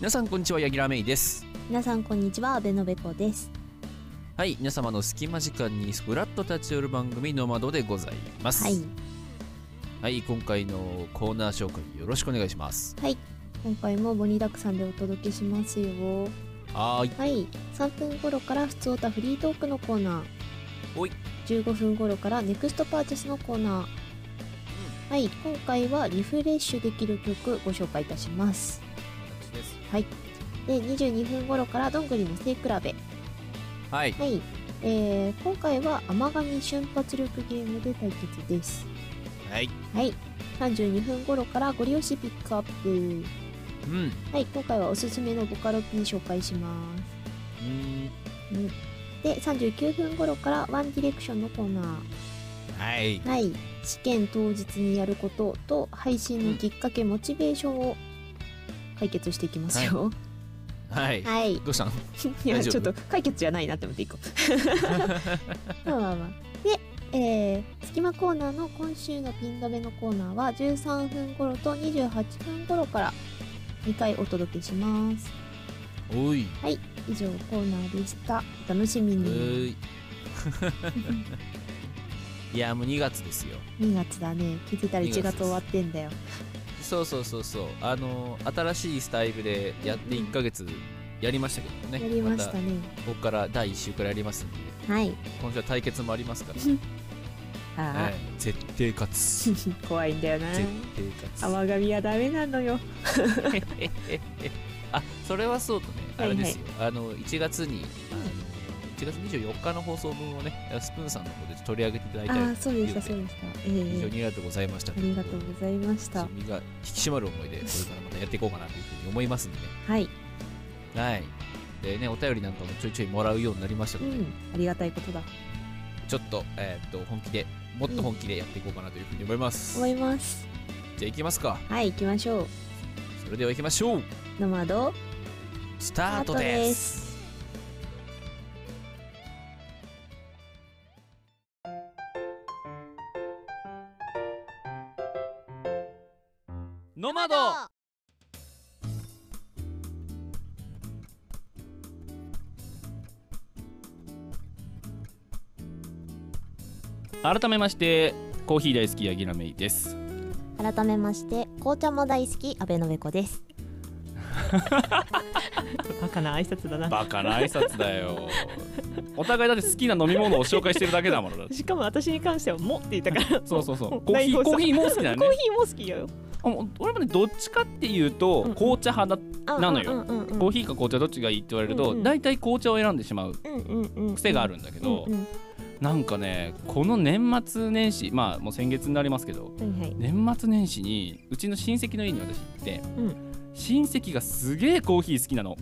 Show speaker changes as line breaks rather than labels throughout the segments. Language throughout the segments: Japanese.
皆さんこんにちはヤギラメイです
皆さんこんにちは阿部のべこです
はい皆様の隙間時間にスプラッと立ち寄る番組ノマドでございます
はい
はい、今回のコーナー紹介よろしくお願いします
はい今回も盛りだくさんでお届けしますよ
はーい
はい3分頃から普通オタフリートークのコーナー
おい
15分頃からネクストパーチェスのコーナーはい今回はリフレッシュできる曲ご紹介いたします
私です
で22分頃からどんぐりの背比べはい、
はい
えー、今回は甘神瞬発力ゲームで対決です
はい
はい32分頃からゴリ押しピックアップ
うんう
はい、今回はおすすめのボカロ P 紹介します。
ーん
で、39分頃からワンディレクションのコーナ
はい
ー。はい、試験当日にやることと配信のきっかけ、モチベーションを解決していきますよ。
はい、
はい。
どうしたの
い や、
大丈夫
ちょっと解決じゃないなって思っ ていこう。まあまあまあ。で、えー、隙間コーナーの今週のピン止めのコーナーは13分頃と28分頃から2回お届けします。
おい
以上コーナーでした。お楽しみ
う
に。
ーいいやもう2月ですよ
2月だね。気づいたら
2
1
月
月終わってんだよ。
そうそうそうそうあの新しいスタイルでやって1ヶ月やりましたけどね
やりました
ま
ね。
たここから第1週からやりますんで
はい。
今週は対決もありますから、
あ
はい絶対勝つ
あ、怖いんだよな
絶対勝つ
甘神はダメなのよ。
あそれはそうとねあれ
はいはい
ですよ、あの1月にあの1月24日の放送分をねスプーンさんの方で取り上げていただい
あ
た
あ、そうでした、
と
そ
いうう
でした。え
非常
え
にありがとうございました
ありがとうございました。
身が引き締まる思いでこれからまたやっていこうかなというふうに思いますんでね
はい。
はいでねお便りなんかもちょいちょいもらうようになりました
う
ので、
ん。ありがたいことだ。
ちょっと,、えーっと本気でもっと本気でやっていこうかなというふうに思います、
思い
じ
ます。
ゃあ行きますか
はい、行きましょう。
それでは行きましょう
ノマド。
スタートですノマド
改めましてコーヒー大好きヤギラメイです
改めまして、紅茶も大好き、阿部のべこです。 バカな挨拶だな。
バカな挨拶だよ お互いだって好きな飲み物を紹介してるだけだものだって
しかも私に関しては「も」って言ったから
そうそ うそう
も
コーヒー
大
コ
好
ーヒーも好きだよ
コー
ね
ヒーも好きよ
あもう俺もねどっちかっていうと、
うん
紅茶派だなのよ
うんうんうん
コーヒーか紅茶どっちがいいって言われると、
うんうん
大体紅茶を選んでしまう
うんうんうん
癖があるんだけど、
うんうん
なんかねこの年末年始まあもう先月になりますけど
はいはい
年末年始にうちの親戚の家に私行って、
う
親戚がすげえコーヒー好きなの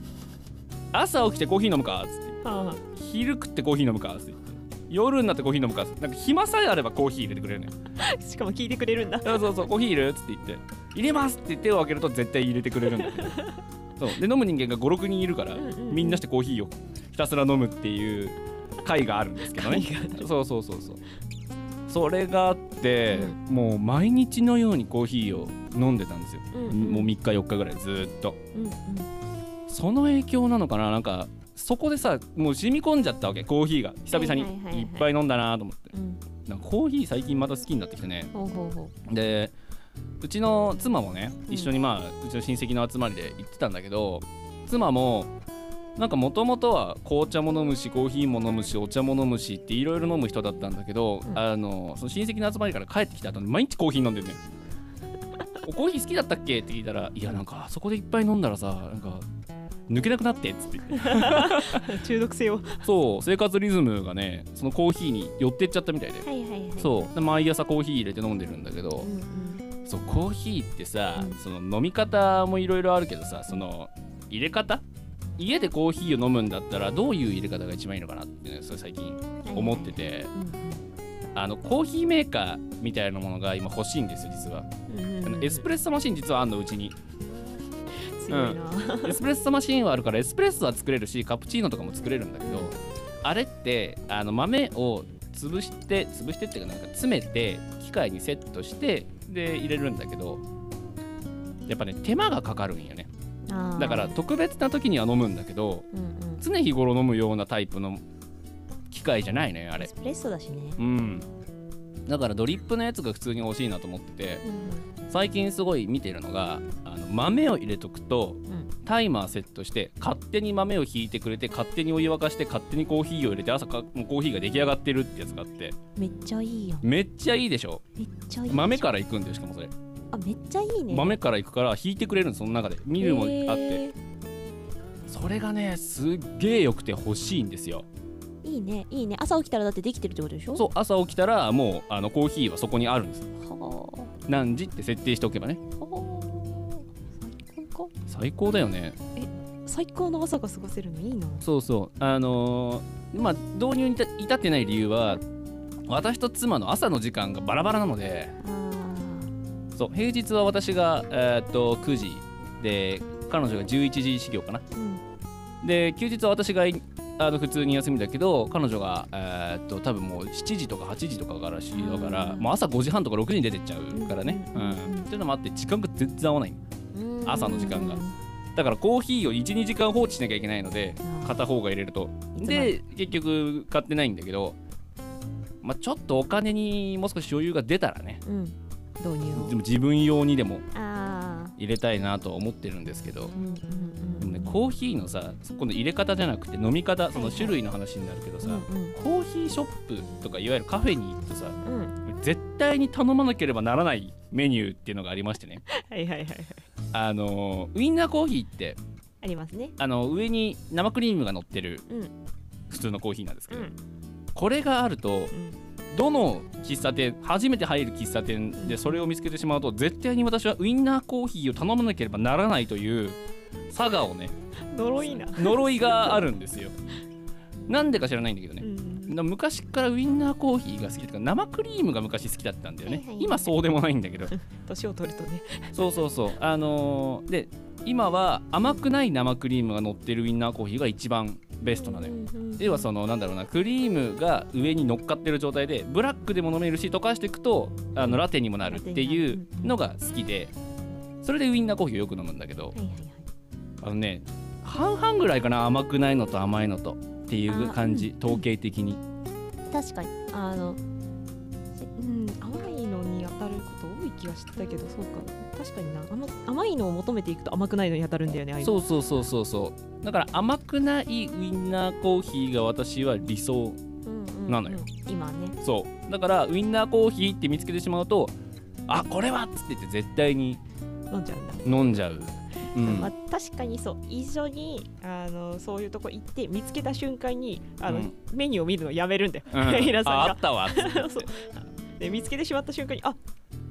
朝起きてコーヒー飲むかっつって
あ
昼食ってコーヒー飲むかって言って夜になってコーヒー飲むかってなんか暇さえあればコーヒー入れてくれるのよ
あしかも聞いてくれるんだ
あそうそうコーヒーいるっつって言って入れますって手を開けると絶対入れてくれるんだけどそうで飲む人間が56人いるから、
うんうんうん
みんなしてコーヒーをひたすら飲むっていう会があるんですけどねそうそうそうそうそれがあって、もう毎日のようにコーヒーを飲んでたんですよ、
うん
もう3日4日ぐらいずーっと
うんうん
その影響なのかななんかそこでさもう染み込んじゃったわけコーヒーが久々に
はいはいはいはい
いっぱい飲んだなと思って
うん
なんかコーヒー最近また好きになってきてね
ほうほうほ
でうちの妻もね
うん
一緒にまあうちの親戚の集まりで行ってたんだけど妻もなんかもともとは紅茶も飲むしコーヒーも飲むしお茶も飲むしっていろいろ飲む人だったんだけど、
うん
あのその親戚の集まりから帰ってきた後に毎日コーヒー飲んでるね おコーヒー好きだったっけって聞いたら「いやなんかあそこでいっぱい飲んだらさなんか抜けなくなって」っつって
う中毒性をは
そう生活リズムがねそのコーヒーに寄ってっちゃったみたいで
いはいは
そうで毎朝コーヒー入れて飲んでるんだけど、
うんうん
そうコーヒーってさ、
うん
その飲み方もいろいろあるけどさその入れ方家でコーヒーを飲むんだったらどういう入れ方が一番いいのかなってねそれ最近思っててあのコーヒーメーカーみたいなものが今欲しいんですよ実はあのエスプレッソマシン実はあんのうちに
強いな
エスプレッソマシンはあるからエスプレッソは作れるしカプチーノとかも作れるんだけどあれってあの豆を潰して潰してっていうかなんか詰めて機械にセットしてで入れるんだけどやっぱね手間がかかるんよね
あー
だから特別な時には飲むんだけど
うんうん
常日頃飲むようなタイプの機械じゃないねあ
エ
れ
スプレッソだしね
うんだからドリップのやつが普通に欲しいなと思ってて
うん
最近すごい見てるのがあの豆を入れとくと
うん
タイマーセットして勝手に豆をひいてくれて勝手にお湯沸かして勝手にコーヒーを入れて朝かもうコーヒーが出来上がってるってやつがあって
めっちゃいいよ
めっちゃいいでしょ
めっちゃいい
豆からら行くんだよしかもそれ
あめっちゃいいね
豆から行くから引いてくれるのその中でミルもあって
へー
それがねすっげえよくて欲しいんですよ
いいねいいね朝起きたらだってできてるってことでしょ
そう朝起きたらもうあのコーヒーはそこにあるんです
うは
何時って設定しておけばね
あはあ最高か
最高だよね
最高の朝が過ごせるのいいな
そうそうあのーまあ導入に至至ってない理由は私と妻の朝の時間がバラバラなので
あー
そう平日は私が、えーっと9時で彼女が11時始業かな
うん
で休日は私がいあの普通に休みだけど彼女が、えーっと多分もう7時とか8時とかから始業だから
うん
もう朝5時半とか6時に出てっちゃうからね、
う
うんんっていうのもあって時間が全然合わない
うん
朝の時間が
うん
だからコーヒーを12時間放置しなきゃいけないので
うん
片方が入れると
いつま
で結局買ってないんだけど、まあ、ちょっとお金にもう少し余裕が出たらね
うん導入を
でも自分用にでも
ああ
入れたいなとは思ってるんですけど
うんうん
で
う
も
ん
ねコーヒーのさそこの入れ方じゃなくて飲み方その種類の話になるけどさ、
うん
コーヒーショップとかいわゆるカフェに行くとさ
うんうん
絶対に頼まなければならないメニューっていうのがありましてね
はいはいはいはい
あのウインナーコーヒーって
ありますね
あの上に生クリームが乗ってる
うん
普通のコーヒーなんですけ
う
ど、
ん
これがあると
うん
どの喫茶店初めて入る喫茶店でそれを見つけてしまうと絶対に私はウインナーコーヒーを頼まなければならないという佐賀をね
呪いな
呪いがあるんですよなんでか知らないんだけどね、
うん
な昔からウインナーコーヒーが好きとか生クリームが昔好きだったんだよね、
はいはいはい
今そうでもないんだけど
年を取るとね
そうそうそうあのーで今は甘くない生クリームが乗ってるウインナーコーヒーが一番ベストなのよ、要はそのなんだろうなクリームが上に乗っかってる状態でブラックでも飲めるし溶かしていくとあのラテにもなるっていうのが好きでそれでウインナーコーヒーをよく飲むんだけど
はいはいはい
あのね半々ぐらいかな甘くないのと甘いのとっていう感じ統計的に
確かにあのうん甘いのに当たること多い気がしてたけどそうか確かになあの甘いのを求めていくと甘くないのに当たるんだよねああいうの
そうそうそうそうそうだから甘くないウインナーコーヒーが私は理想
うんうんうん
なのよ
今ね
そうだからウインナーコーヒーって見つけてしまうとあこれはっつって言って絶対に
飲んじゃうんだ、
飲んじゃう、うん
まあ、確かにそう一緒にあのそういうとこ行って見つけた瞬間にあの、
うん
メニューを見るのやめるんだよ、
うん
平さん
ああ
が
ったわっつって
そうで見つけてしまった瞬間にあ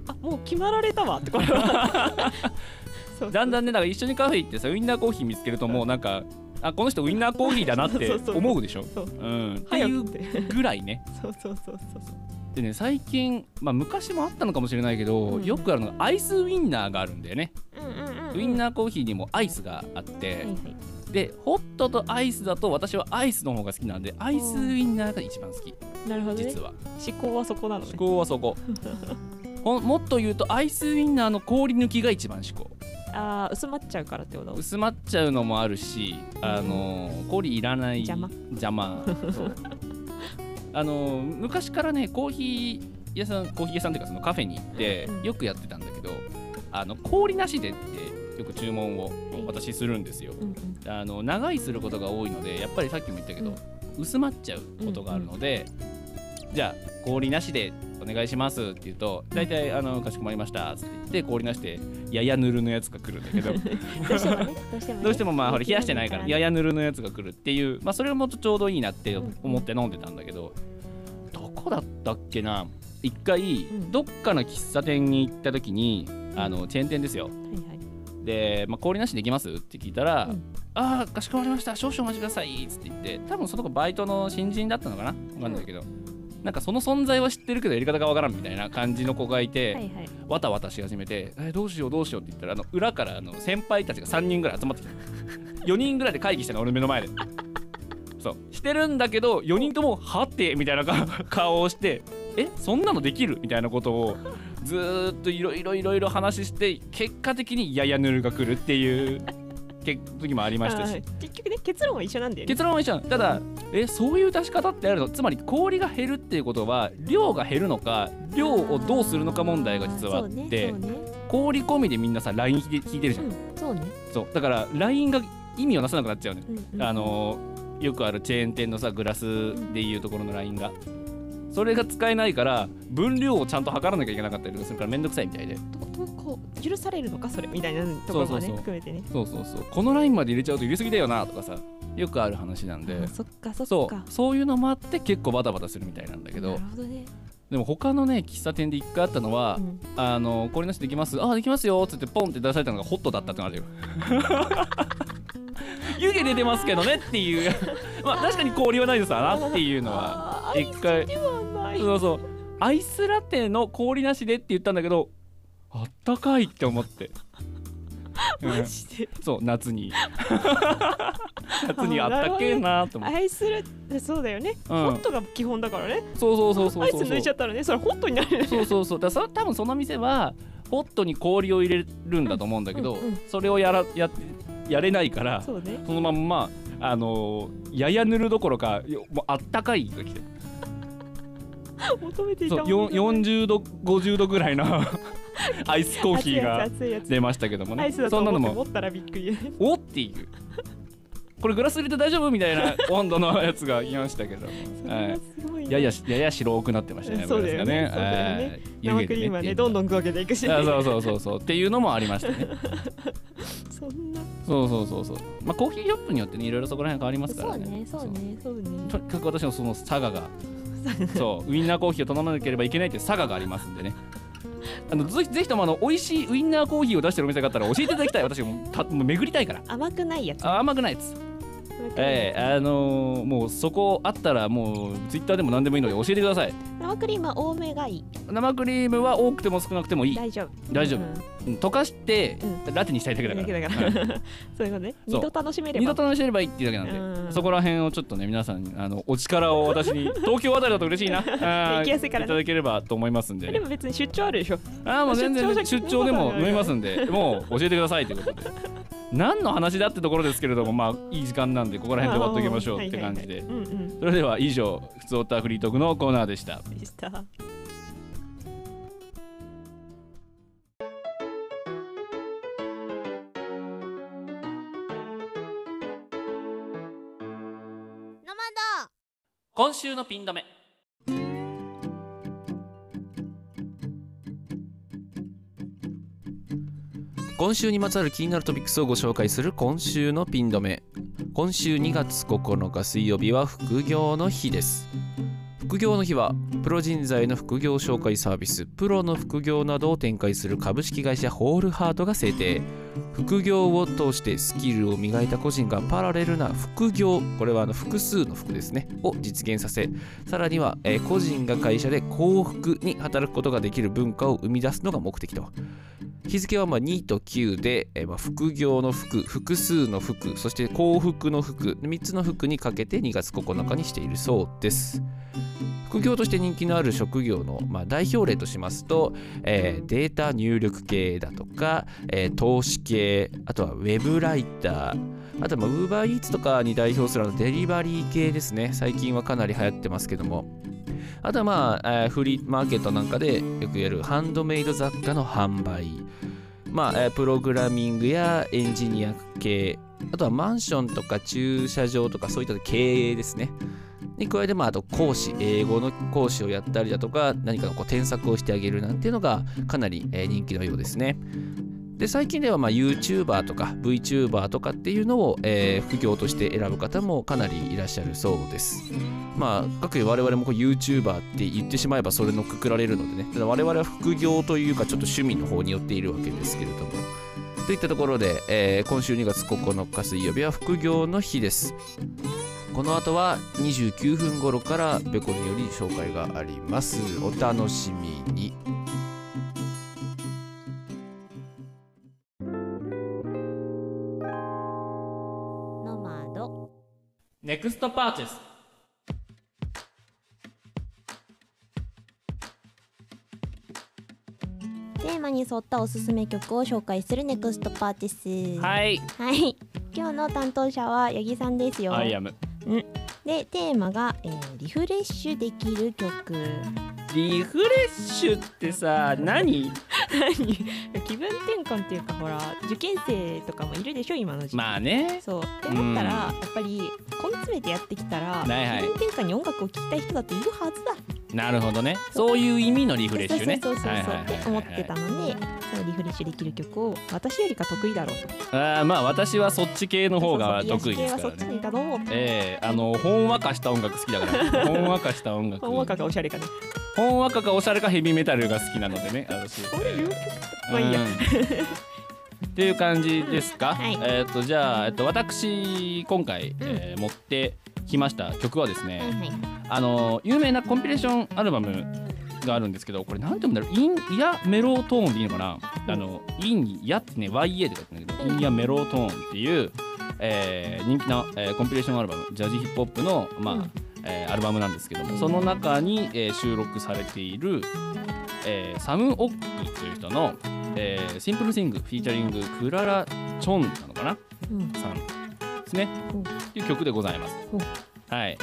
あもう決まられたわってこれは そう
だんだ
ん
んねだから一緒にカフェ行ってさウインナーコーヒー見つけるともうなんかあこの人ウインナーコーヒーだなっ
そ
て
うそうそう
思うでしょ
そう
うんって
早
い
くっ
う
て
ぐらいね
そうそうそうそうそう
でね最近まあ昔もあったのかもしれないけど、
うん
よくあるのがアイスウインナーがあるんだよね、
うんうんうん
ウインナーコーヒーにもアイスがあっ
は
て
い、はい
でホットとアイスだと私はアイスの方が好きなんでアイスウインナーが一番好き
なるほどね
実は
思考はそこなのね
思考はそこほんもっと言うとアイスウインナーの氷抜きが一番思考
ああ薄まっちゃうからってこと
薄まっちゃうのもあるし、あのー氷いらない
邪魔
邪魔 そうあのー昔からねコーヒー屋さんコーヒー屋さんというかそのカフェに行って
うんうん
よくやってたんだけどあの氷なしでってよく注文を
い
私するんですよ、
うん
あの長居することが多いのでやっぱりさっきも言ったけど、薄まっちゃうことがあるので、じゃあ氷なしでお願いしますって言うと大体あのかしこまりましたって言って氷なしでややぬるのやつが来るんだけど
うん、どうしてもねどうしてもね
どうしてもまあほら冷やしてないからややぬるのやつが来るっていうまあそれもちょうどいいなって思って飲んでたんだけどどこだったっけな一回
ん
どっかの喫茶店に行った時にあのチェーン店ですよ
はいはい
で、まあ、氷なしできますって聞いたら、
うん
ああかしこまりました少々お待ちくださいっつって言って多分その子バイトの新人だったのかなわかんないけど、なんかその存在は知ってるけどやり方がわからんみたいな感じの子がいて、
はいはい
わたわたし始めて「えどうしようどうしよう」って言ったらあの裏からあの先輩たちが3人ぐらい集まってきた4人ぐらいで会議してたの俺の目の前でそうしてるんだけど4人とも「はて」みたいなか顔をして「えそんなのできる?」みたいなことをずーっといろいろいろいろ話して結果的に「ややぬる」が来るっていうけ時もありました
は
し
い結局ね結論は一緒なんだよね
結論は一緒なのただえそういう出し方ってあるのつまり氷が減るっていうことは量が減るのか量をどうするのか問題が実はあって、
そうね
氷込みでみんなさ LINE 引いて引いてるじ
そ
ゃ、
うんねうんそうね
そうだから LINE が意味をなさなくなっちゃうね、
うんうん
あのーよくあるチェーン店のさグラスでいうところの LINE がそれが使えないから分量をちゃんと測らなきゃいけなかったりとかするからめんどくさいみたいで
どこ許されるのかそれみたいなところもね
そうそうそう
含めてね
そうそうそうこのラインまで入れちゃうと入れすぎだよなとかさよくある話なんで
あそっかそっか
そうそういうのもあって結構バタバタするみたいなんだけど
なるほどね、
でも他のね喫茶店で一回あったのは、
うん
あの「これなしできますあできますよ」っつってポンって出されたのがホットだったってな るよ。湯気出てますけどねっていう まあ確かに氷はないですわなっていうのは
あー
一回
ではない
そうそうアイスラテの氷なしでって言ったんだけどあったかいって思って、う
マ
ん、
ジで
そう夏 に夏にあったけえなと思って、
アイスラそうだよね、
うん
ホットが基本だからね
そうそうそうそうそう
アイス抜いちゃったらねそれホットになるね
そうそうそうだからそ多分その店はホットに氷を入れるんだと思うんだけど、
うんうん
それをやらややれないから
そうね
そのまんまあのーややぬるどころかよもうあったかいが来て
求めてい
そ
た
う
も
よ
の
ん40度50度ぐらい のアイスコーヒーが
熱いやつ熱いや
出ましたけども
つア
ね
イスだと
そんなの
思って持
も
ったらびっく り
おっていうこれグラス入れて大丈夫みたいな温度のやつがいましたけど
それはすごいな
ややしやや白くなってましたね
そうだよね
グラスがはい
生クリームはねどんどんかけていくし
あそうそうそうそうっていうのもありましたね
そんな
そうそうそうそうまあコーヒーショップによってねいろいろそこら辺変わりますからね
ねそうね
そうとにかく私のその佐賀がそうウインナーコーヒーを頼まなければいけないっていう佐賀がありますんでねあのぜひぜひともあの美味しいウインナーコーヒーを出してるお店があったら教えていただきたい私もたもう巡りたいから
甘くないやつ
あ甘くないです
甘くない
ええあのーもうそこあったらもうツイッターでも何でもいいので教えてください
生クリームは多めがいい
生クリームは多くても少なくてもいい
大丈夫
大丈夫
うん
うん溶かしてラテにしたいだけだ
だ
か
け
ら
だ
は
か
い
らそういうことね
そう
二度楽しめれば
二度楽しめればいいっていうだけなんで、
うん
そこら辺をちょっとね皆さんあのお力を私 に東京あたりだと嬉しいな行
行きやすいからね
ただければと思いますんで、
でも別に出張あるでしょ
ああもう全然
出張
出
先
張でも
出張先
飲みますんでもう教えてくださいという ことで何の話だってところですけれどもまあいい時間なんでここら辺で終わっておきましょうって感じで
はいはいはいうんうん
それでは以上「ふつおたフリートーク」のコーナーでした
でした
今週のピン止め
今週にまつわる気になるトピックスをご紹介する今週のピン止め今週2月9日水曜日は副業の日です副業の日はプロ人材の副業紹介サービスプロの副業などを展開する株式会社ホールハートが制定副業を通してスキルを磨いた個人がパラレルな副業これはあの複数の服ですねを実現させさらには、えー個人が会社で幸福に働くことができる文化を生み出すのが目的と日付はまあ2と9で、えーまあ副業の服複数の服そして幸福の服3つの服にかけて2月9日にしているそうです副業として人気のある職業の、まあ、代表例としますと、えーデータ入力系だとか、えー投資系あとはウェブライターあとはウーバーイーツとかに代表するあのデリバリー系ですね最近はかなり流行ってますけどもあとはまあ、えーフリーマーケットなんかでよくやるハンドメイド雑貨の販売まあ、えープログラミングやエンジニア系、あとはマンションとか駐車場とかそういった経営ですね。に加えて、まあ、あと講師、英語の講師をやったりだとか、何かのこう添削をしてあげるなんていうのがかなり、えー人気のようですね。で、最近では、まあ、YouTuber とか VTuber とかっていうのを、えー副業として選ぶ方もかなりいらっしゃるそうです。まあ、各位我々もこう YouTuber って言ってしまえばそれのくくられるのでね、ただ我々は副業というかちょっと趣味の方によっているわけですけれども。といったところで、えー今週2月9日水曜日は副業の日です。この後は29分頃からベコにより紹介があります。お楽しみに。
ノマド。
ネクストパーチェス
テーマにに沿ったおすすめ曲を紹介するネクストパーティス
はい、
はい今日の担当者は八木さんですよ
アイアム。
でテーマが、えーリフレッシュできる曲
リフレッシュってさ、何
何 気分転換っていうかほら受験生とかもいるでしょ今の時期、
まあね、
そうって思ったらやっぱり根詰めてやってきたら
はいはい
気分転換に音楽を聴きたい人だっているはずだ
なるほどね。そういう意味のリフレッシュね。
そうそうそう
はい
そう
はい
って
はい
思
は
っ
い
てたのでそのリフレッシュできる曲を私よりか得意だろうと
あーまあ私はそっち系の方が得意ですか
そう
ら
そう癒し系はそっち
ね。
に頼もうと
ええあのほんわかした音楽好きだ から。ほんわかした音楽。
音楽がおしゃれかね
ほんわかかおしゃれかヘビーメタルが好きなのでね。私
これ言う曲まあいいや
うんっていう感じですか。
はい
えっ、とじゃあえっ、と私今回、えー持ってきました曲はですね、
はい
あの有名なコンピレーションアルバムがあるんですけど、これなんて読うんだろう。インイヤメロトーンでいいのかな。あのインヤってね Y A って書いてあるんだけど、インヤメロトーンっていう、えー人気な、えーコンピレーションアルバムジャズヒップホップのまあ、
うん
えーアルバムなんですけども、その中に、えー収録されている、えーサム・オックという人の、えーシンプル・シングフィーチャリングクララ・チョンなのかな
うん
さんですね
ほう。
という曲でございます
ほ。
はい。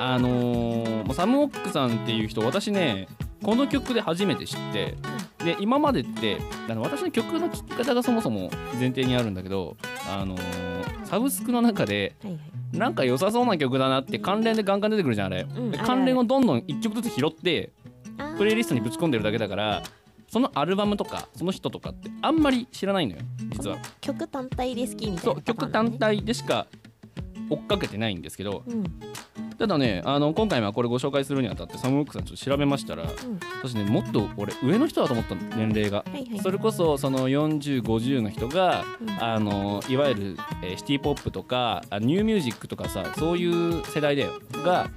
あのーもうサム・オックさんっていう人私ねこの曲で初めて知ってで今までってあの私の曲の聴き方がそもそも前提にあるんだけど、あのーサブスクの中で
はいはい
なんか良さそうな曲だなって関連でガンガン出てくるじゃんあれ、
ん
で
ある
関連をどんどん1曲ずつ拾って
あー
プレイリストにぶち込んでるだけだからそのアルバムとかその人とかってあんまり知らないのよ実は
曲単体で好きみた
そ
い
う
なパタ
曲
ーン
単
だね
体でしか追っかけてないんですけど
うん
ただねあの今回はこれご紹介するにあたってサム・ウックさんちょっと調べましたら、私ねもっと俺上の人だと思ったの年齢が
はいはい
それこそその4050の人が、
うん
あのいわゆる、えーシティ・ポップとかあニューミュージックとかさそういう世代だよが、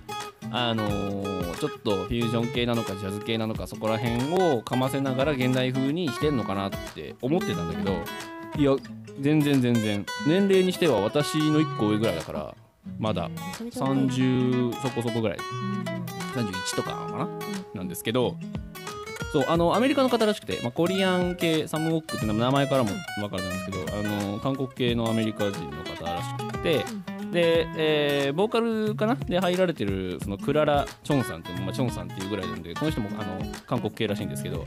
あのーちょっとフュージョン系なのかジャズ系なのかそこら辺をかませながら現代風にしてんのかなって思ってたんだけどいや全然全然年齢にしては私の1個上ぐらいだからまだ
めちゃめちゃ多い
30そこそこぐらい31とかかななんですけどそうあのアメリカの方らしくて、まあ、コリアン系サム・ウォックって名前からも分かるんですけどあの韓国系のアメリカ人の方らしくてで、えーボーカルかなで入られてるそのクララ・チョンさんって、まあ、チョンさんっていうぐらいなんでこの人もあの韓国系らしいんですけど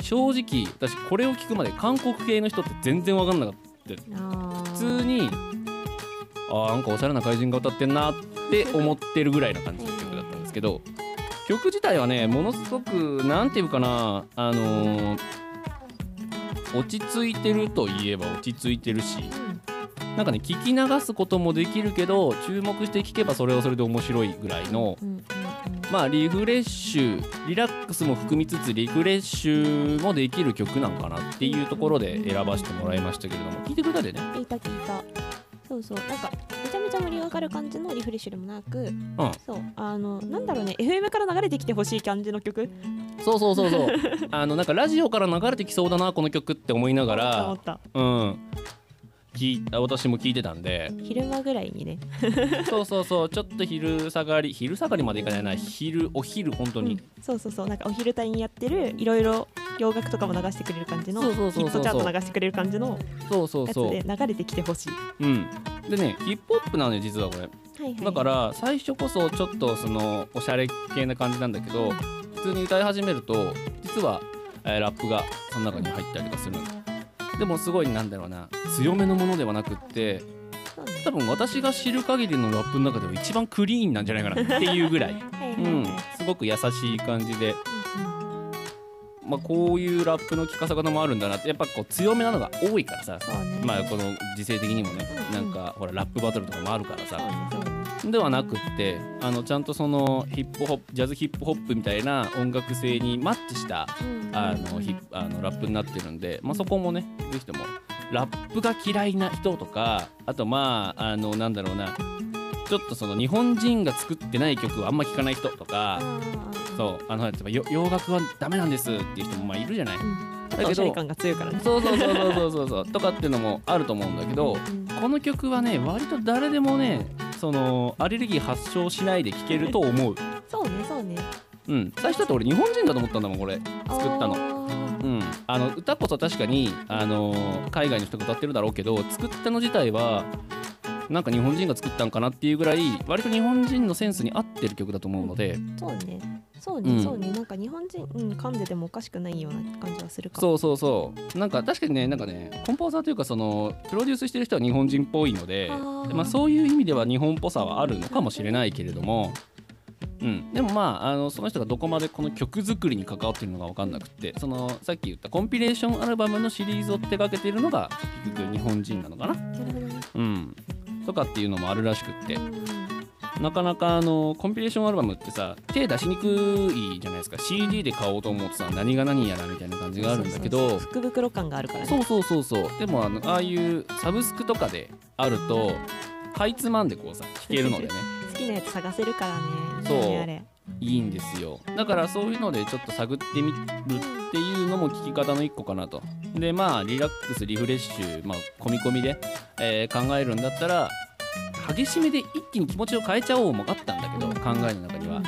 正直私これを聞くまで韓国系の人って全然分かんなかった
あー
普通にあーなんかおしゃれな怪人が歌ってんなって思ってるぐらいな感じの曲だったんですけど曲自体はねものすごくなんていうかなあのー落ち着いてるといえば落ち着いてるしなんかね聞き流すこともできるけど注目して聞けばそれはそれで面白いぐらいの
うんうん
まあリフレッシュリラックスも含みつつリフレッシュもできる曲なんかなっていうところで選ばせてもらいましたけれども聞いてくれたでね
聞いた聞いたそうそうなんかめちゃめちゃ盛り上がる感じのリフレッシュでもなく、そうあのなんだろうね FM から流れてきてほしい感じの曲
そうそうそうそうあのなんかラジオから流れてきそうだなこの曲って思いなが
思っ
ら
た
うん聞い私も聞いてたんで
昼間ぐらいにね
そうそうそうちょっと昼下がり昼下がりまでいかないな昼お昼本当に、
うんそうそうそうなんかお昼帯にやってるいろいろ洋楽とかも流してくれる感じの
そうそうそうそう
ヒットチャート流してくれる感じの
そうそう
やつ
そう
で流れてきてほしい
うんでねヒップホップなのよ実はこれ
はいはい
だから最初こそちょっとそのおしゃれ系な感じなんだけど普通に歌い始めると実は、えーラップがその中に入ったりとかするでもすごいなんだろうな強めのものではなくって
そうね
多分私が知る限りのラップの中では一番クリーンなんじゃないかなっていうぐら い、
はいはいは
う
い
ん、すごく優しい感じで、まあ、こういうラップの聴かせ方もあるんだなってやっぱこう強めなのが多いからさ、
そうね
まあ、この時勢的にもね
うん
なんかほらラップバトルとかもあるから
そう
さ
ねそうね
ではなくってあのちゃんとそのヒップホップジャズヒップホップみたいな音楽性にマッチしたあのヒップあのラップになってるんで、まあ、そこもねぜひともラップが嫌いな人とかあとまああのなんだろうなちょっとその日本人が作ってない曲をあんま聴かない人とか
あ
そうあのやっぱよ洋楽はダメなんですっていう人もまあいるじゃない。
ーちょっとおしゃれ感が強いからね
そうそうそうそうそうそうそうとかっていうのもあると思うんだけどこの曲はね割と誰でもねそのアレルギー発症しないで聴けると思う。
そうねそうね
うん、最初だって俺日本人だと思ったんだもんこれ作ったの。
の
うん、あの歌こそ確かにあの海外の人が歌ってるだろうけど作ったの自体はなんか日本人が作ったんかなっていうぐらい割と日本人のセンスに合ってる曲だと思うので
そうねそう
う
ね
ん
そうねなんか日本人、うん、噛んでてもおかしくないような感じはするか
そうそうそうなんか確かにねなんかねコンポーザーというかそのプロデュースしてる人は日本人っぽいので
あー
まあ、そういう意味では日本っぽさはあるのかもしれないけれども、うん、でもまああのその人がどこまでこの曲作りに関わってるのか分かんなくってそのさっき言ったコンピレーションアルバムのシリーズを手掛けてるのが結局日本人なのかな、
なるほどね
うん、とかっていうのもあるらしくって
うん
なかなかあのコンピレーションアルバムってさ手出しにくいじゃないですか CD で買おうと思うとさ何が何やらみたいな感じがあるんだけど。
そうそうそう福袋感があるからね
そうそうそうそうでもあのああいうサブスクとかであるとかいつまんでこうさ聴ける のでね
好きなやつ探せるからね
そう
いいよねあれ
いいんですよだからそういうのでちょっと探ってみるっていうのも聞き方の一個かなとでまあリラックスリフレッシュまあ込み込みで、えー考えるんだったら激しめで一気に気持ちを変えちゃおうもあったんだけど考えの中には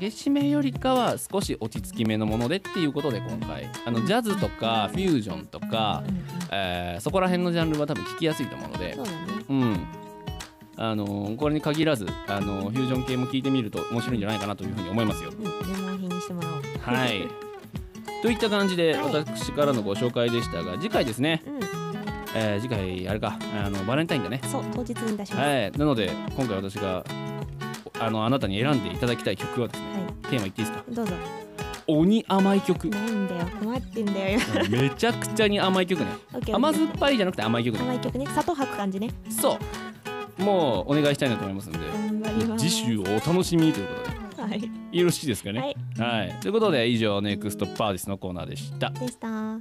激しめよりかは少し落ち着きめのものでっていうことで今回あのジャズとかフュージョンとか、えーそこら辺のジャンルは多分聞きやすいと思うので
そうだね
うん、あのーこれに限らず、あのーフュージョン系も聞いてみると面白いんじゃないかなというふうに思いますよ。
うんうん入門品にしてもらおう
はい、といった感じで私からのご紹介でしたが次回ですね、
うん
えー次回あれかあのバレンタインだね。
そう当日に出します、
はい、なので今回私があのあなたに選んでいただきたい曲はですね、
は
テーマ言っていいですか
どうぞ
鬼甘い 曲
ないんだよ困ってんだよ
めちゃくちゃに甘い 曲ね
今 OK
甘酸っぱいじゃなくて甘い曲ね
甘い曲ね砂糖吐く感じね
そうもうお願いしたいなと思いますので
頑張ります
次週をお楽しみにということで
はい、
よろしいですかね
はい
はい、ということで以上ネクストパーティスのコーナーでした
でした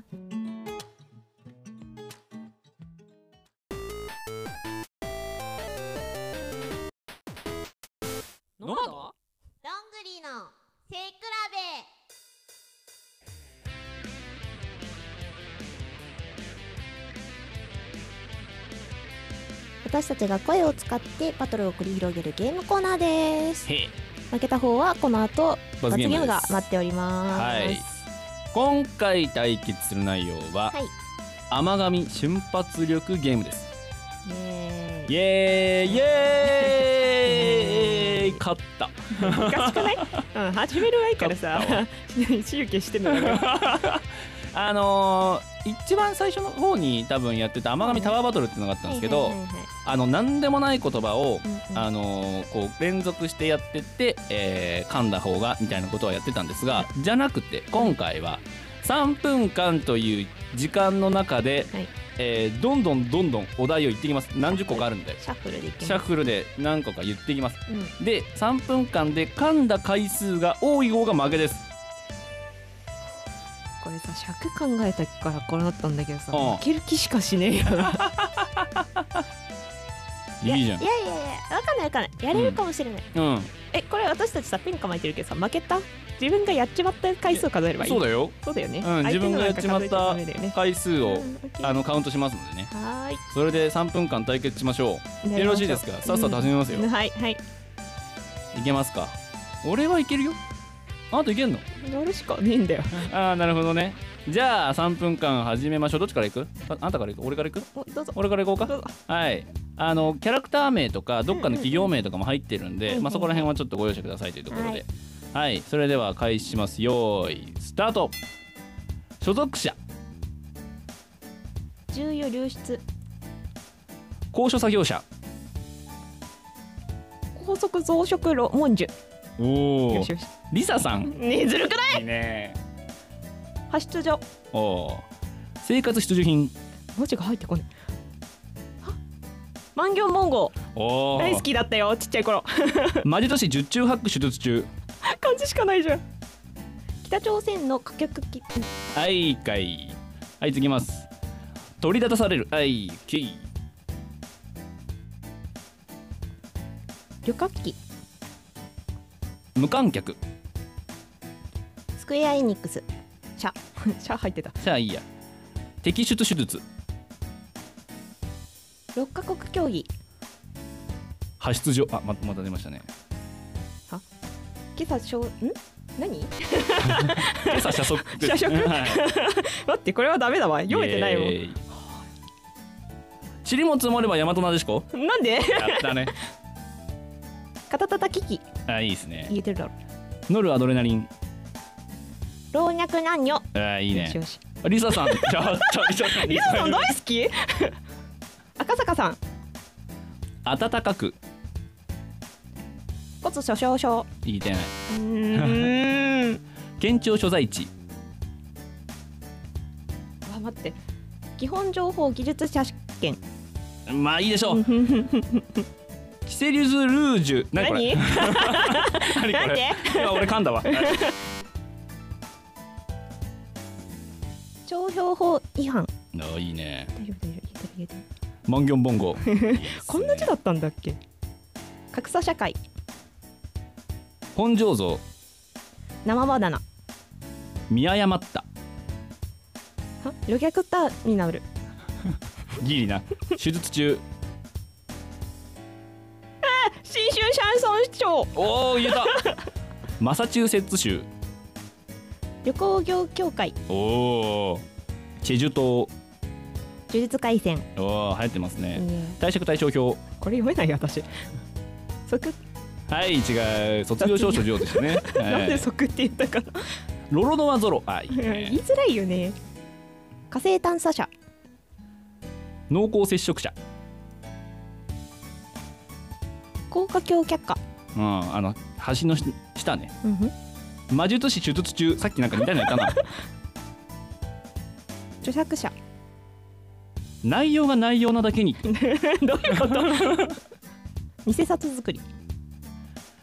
ノマド
どんぐりの背比べ私たちが声を使ってバトルを繰り広げるゲームコーナーです
へえ
負けた方はこの後
罰
罰
ゲ
ゲ
ーム
ーム
で
が
す
待っております
はい今回対決する内容は、
はい
甘神瞬発力ゲームです
イエー
イ
イ
エーイイエーイ 勝った
おかしくない、うん、始める前から
勝
さ 死ゆけしてんのよ
あのー一番最初の方に多分やってた甘神タワーバトルっていうのがあったんですけど、
はいはいはいはい
あの何でもない言葉を
うんうん
あのーこう連続してやってって、えー噛んだ方がみたいなことはやってたんですがじゃなくて今回は3分間という時間の中で、
はい
えーどんどんどんどんお題を言ってきます何十個かあるんで
シャッフルでいきます
シャッフルで何個か言ってきます
うん
で3分間で噛んだ回数が多い方が負けです
これさ尺考えたからこれだったんだけどさ
うん
負ける気しかしねえよな
いいじゃ
いやいやいやわかんないわかんないやれるかもしれない、
んうん
えこれ私たちさピン構えてるけどさ負けた自分がやっちまった回数を数えればいい
そうだよ
そうだよね、
うん
相手のな
自分
んか
がやっちまった
数えちゃダメだよね
回数
うん
を
オッケー
あのカウントしますのでね
は
それで3分間対決しましょ
ーいう
よろしいですかさっさと始めますよ、
うんはいはい
いけますか俺はいけるよあなたいけんの
やるしかねえんだよ
ああなるほどねじゃあ3分間始めましょうどっちからいくああなたからいく俺からいく
おどうぞ
俺からいこう
ど
か
うぞ
はいあのキャラクター名とかどっかの企業名とかも入ってるん
うんうん
で、
うん
まあ、そこら辺はちょっとご容赦くださいというところでは
はい
い、それでは開始しますよーいスタート所属者
重要流出
高所作業者
高速増殖ロモンジュ
お
よ
お
しよし
リサさん
ねえずるくない
いいね
派出所
おお生活必需品
文字が入ってこないは万行文豪
おお
大好きだったよちっちゃい頃
マジ年十中八九手術中
漢字しかないじゃん
北朝鮮の歌曲き
はい一回はい次いきます取り立たされるはいキー
旅客機
無観客
スクエアエニックス
シャ シャ入ってた
じゃあいいや摘出手術
6カ国競技
発出所あままた出ましたね
今朝しょうん何
今朝社食
社食
はい
待ってこれはダメだわ読めてないも
イエーイ塵も積もれば大和なでし こ
んなんで
やったね
肩たたき機
あいいですね
言えてるだろ
ノルアドレナリン
老若男女
あいい
よ
ね
しよし
あリサ さんちょちょちょ
リサさん大好き 赤坂さん
暖かく
骨粗しょう症
いい点
うーん
県庁所在地
あ待って基本情報技術者試験
まあいいでしょ うキセリュズルージュ何これ何
何な
こ
ん
れ
で
今俺噛んだ わ
商標法違反
あいいね
大丈夫大丈夫言えてる言えてる
マンギョンボンゴ
こんな字だったんだっけ格差社会
本醸造
生バナナ
見誤った
は旅客ターミナル
ギリな手術中
新春シャンソンショ ー
おお言えたマサチューセッツ州
旅行業協会
おおチェジュ島
呪術廻戦、
おお流行ってます
いい
ね
ね
貸借対照表
これ読めないよ私即、
はい違う卒業証書上でしたね、
なんで
はい、
即って言ったかな
ロロノアゾロあいい
言い
ね
づらいよね火星探査車
濃厚接触者
高架橋却下、
うんあの橋のし下ね
うんふん、
魔術師手術中さっきなんか似たいなのや ったな
著作者
内容が内容なだけに
どういうこと 偽札作り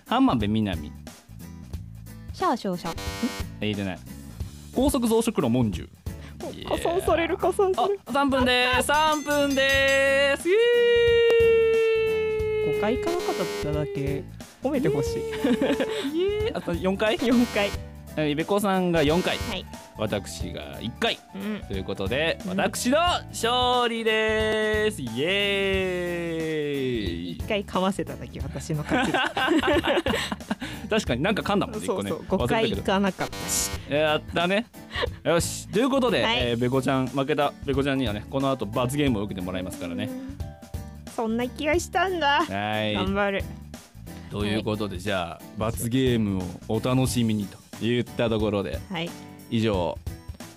浜辺美波
シャー商社
えいでない高速増殖炉文獣やー
加算される加算さ
あ
れる
三分でーす三分でーすイエ
5回かなかっただけ褒めてほしい
ーイイエ ーイあと四回
4回
えイベコさんが4回、
はい
私が1回
うん
ということで、
うん
私の勝利ですイエーイ
一回かませただけ私の勝ちだ
確かになんか噛んだもんね
そうそう
一個ね
5
忘れ
回
た
い
けど
かなかったし
やったねよしということで、
はい
えー、ベコちゃん負けたベコちゃんにはねこの後罰ゲームを受けてもらいますからね
そんな気がしたんだ
はい
頑張る
ということでじゃあ罰ゲームをお楽しみにと言ったところで
はい
以上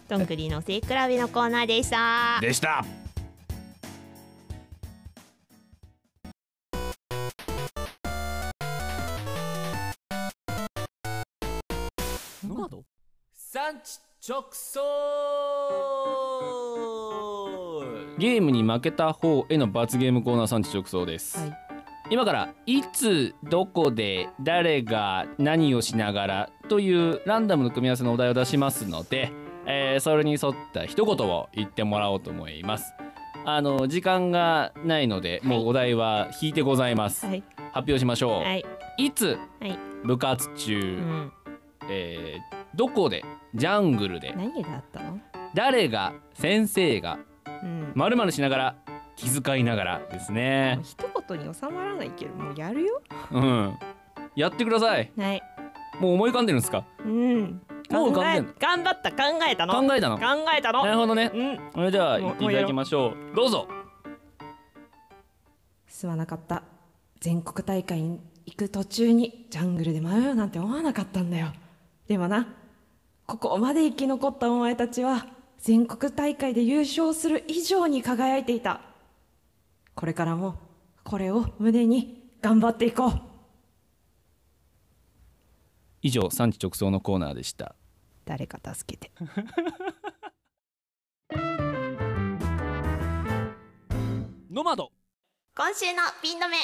どんぐりの背比べのコーナーでした
でした
産地直送
ゲームに負けた方への罰ゲームコーナー産地直送です、
はい
今からいつどこで誰が何をしながらというランダムの組み合わせのお題を出しますので、えーそれに沿った一言を言ってもらおうと思いますあの時間がないので、もうお題は引いてございます、
はい
発表しましょう、
はい、
い、つ、
はい
部活中、
うん、
えーどこでジャングルで
何があったの
誰が先生が
うん
まるまるしながら気遣いながらですね
もう一言に収まらないけどもうやるよ
うんやってください
はい
もう思い浮かんでるんですか
うん
もう
考
考え
え頑張った考えたの
考えたの
考えた
なる
の
ほどね
うん
それでは
も
言
う
っていただきましょうどうぞ
すまなかった全国大会に行く途中にジャングルで迷うなんて思わなかったんだよでもなここまで生き残ったお前たちは全国大会で優勝する以上に輝いていたこれからもこれを胸に頑張っていこう
以上産地直送のコーナーでした
誰か助けて
ノマド
今週のピン止め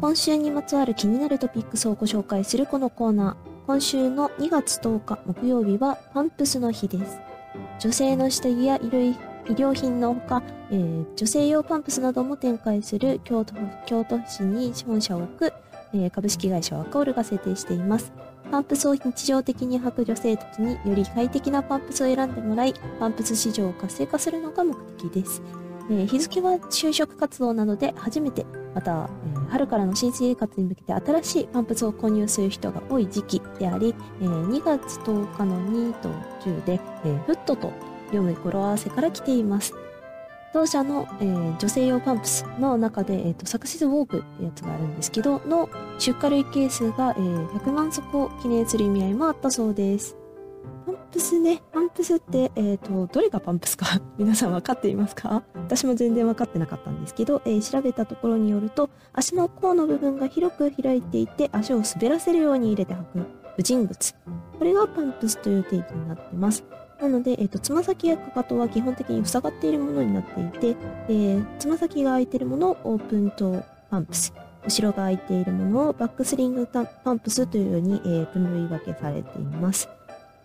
今週にまつわる気になるトピックスをご紹介するこのコーナー今週の2月10日木曜日はパンプスの日です女性の下着や衣類衣料品のほか、えー女性用パンプスなども展開する京都京都市に本社を置く、えー株式会社ワカオルが制定していますパンプスを日常的に履く女性たちにより快適なパンプスを選んでもらいパンプス市場を活性化するのが目的ですえー日付は就職活動などで初めてまた、えー春からの新生活に向けて新しいパンプスを購入する人が多い時期であり、えー2月10日の2と10で、えーフットと読む語呂合わせから来ています。同社の、えー女性用パンプスの中で、えーとサクシスウォークってやつがあるんですけど、の出荷累計数が、えー100万足を記念する意味合いもあったそうです。パンプスね、パンプスって、えーと、どれがパンプスか 皆さん分かっていますか私も全然分かってなかったんですけど、えー調べたところによると足の甲の部分が広く開いていて足を滑らせるように入れて履く不人靴これがパンプスという定義になってますなので、えー、とつま先やかかとは基本的に塞がっているものになっていて、えーつま先が空いているものをオープントパンプス後ろが空いているものをバックスリングタパンプスというように、えー分類分けされています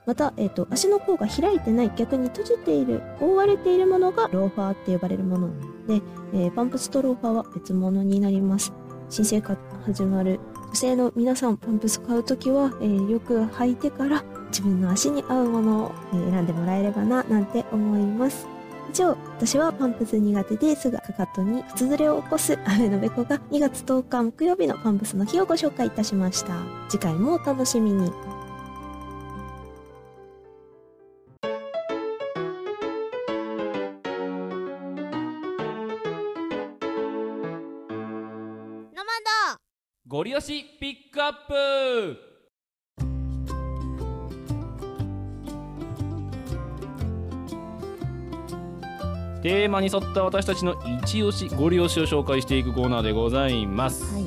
また、えー、と足の甲が開いてない逆に閉じている覆われているものがローファーって呼ばれるもので、えーパンプスとローファーは別物になります新生活が始まる女性の皆さんパンプス買うときは、えーよく履いてから自分の足に合うものをえー選んでもらえればななんて思います以上私はパンプス苦手ですがかかとに靴ずれを起こす雨のべこが2月10日 木曜日のパンプスの日をご紹介いたしました次回もお楽しみに
ゴリ押しピックアップテーマに沿った私たちの一押しゴリ押しを紹介していくコーナーでございます、
は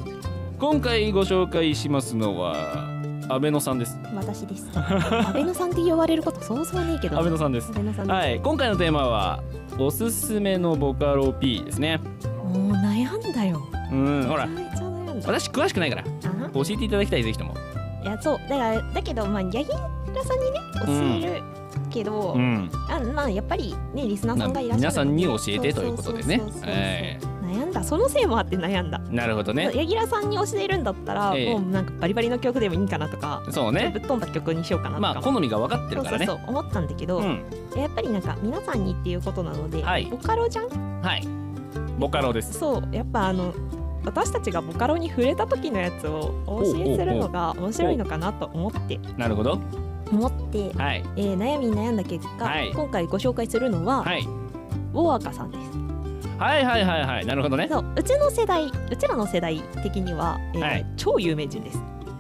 今回ご紹介しますのは阿部野さんです
い私です安倍野さんって呼ばれることそうそうねえけど
阿部野さんです
安倍野さんです、
はい今回のテーマはおすすめのボカロ P ですね
もう悩んだよ
うんほら
めちゃめちゃ悩んだ
私詳しくないから
あ
教えていただきたいぜひとも
いやそうだからだけどまあヤギラさんにねおすすめるけど、
うん
あまあやっぱりねリスナーさんがいらっしゃ
皆
る
さんに教えてということでね
そうそうそうそうそう
え
悩んだそのせいもあって悩んだ、
ーなるほどね
ヤギラさんに教えるんだったら、
ええ
もうなんかバリバリの曲でもいいかなとか、
そうね
ぶっ飛んだ曲にしようかなとか、
まあ好みが分かってるからね
そうそうそう思ったんだけど、
うん
やっぱりなんか皆さんにっていうことなので、
はい
ボカロじゃん
はいボカロです
そうやっぱあの私たちがボカロに触れた時のやつをお教えするのが面白いのかなと思って
なるほど
思って、
はい
えー悩みに悩んだ結果、
はい
今回ご紹介するのは、
はい
ウォアカさんです
はいはいはいはいなるほどね
そううちの世代うちらの世代的には、えー
はい
超有名人です、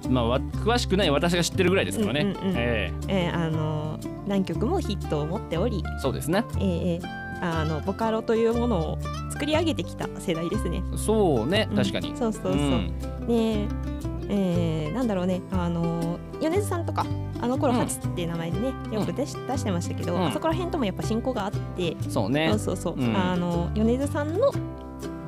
まあわ詳しくない私が知ってるぐらいですから
うん
ね
うんうん
え
えーあのー何曲もヒットを持っており、
ーそうですね
えーえーあのボカロというものを作り上げてきた世代ですね。
そうね
うん
確かに
そうそうそう。
ん
ねえーなんだろうねあの米津さんとかあの頃
うん
ハツっていう名前でね、よく出し出してましたけど、
うん
あそこら辺ともやっぱ親交があって、
そう
そ
ね
うそうそう、
うん
あの米津さんの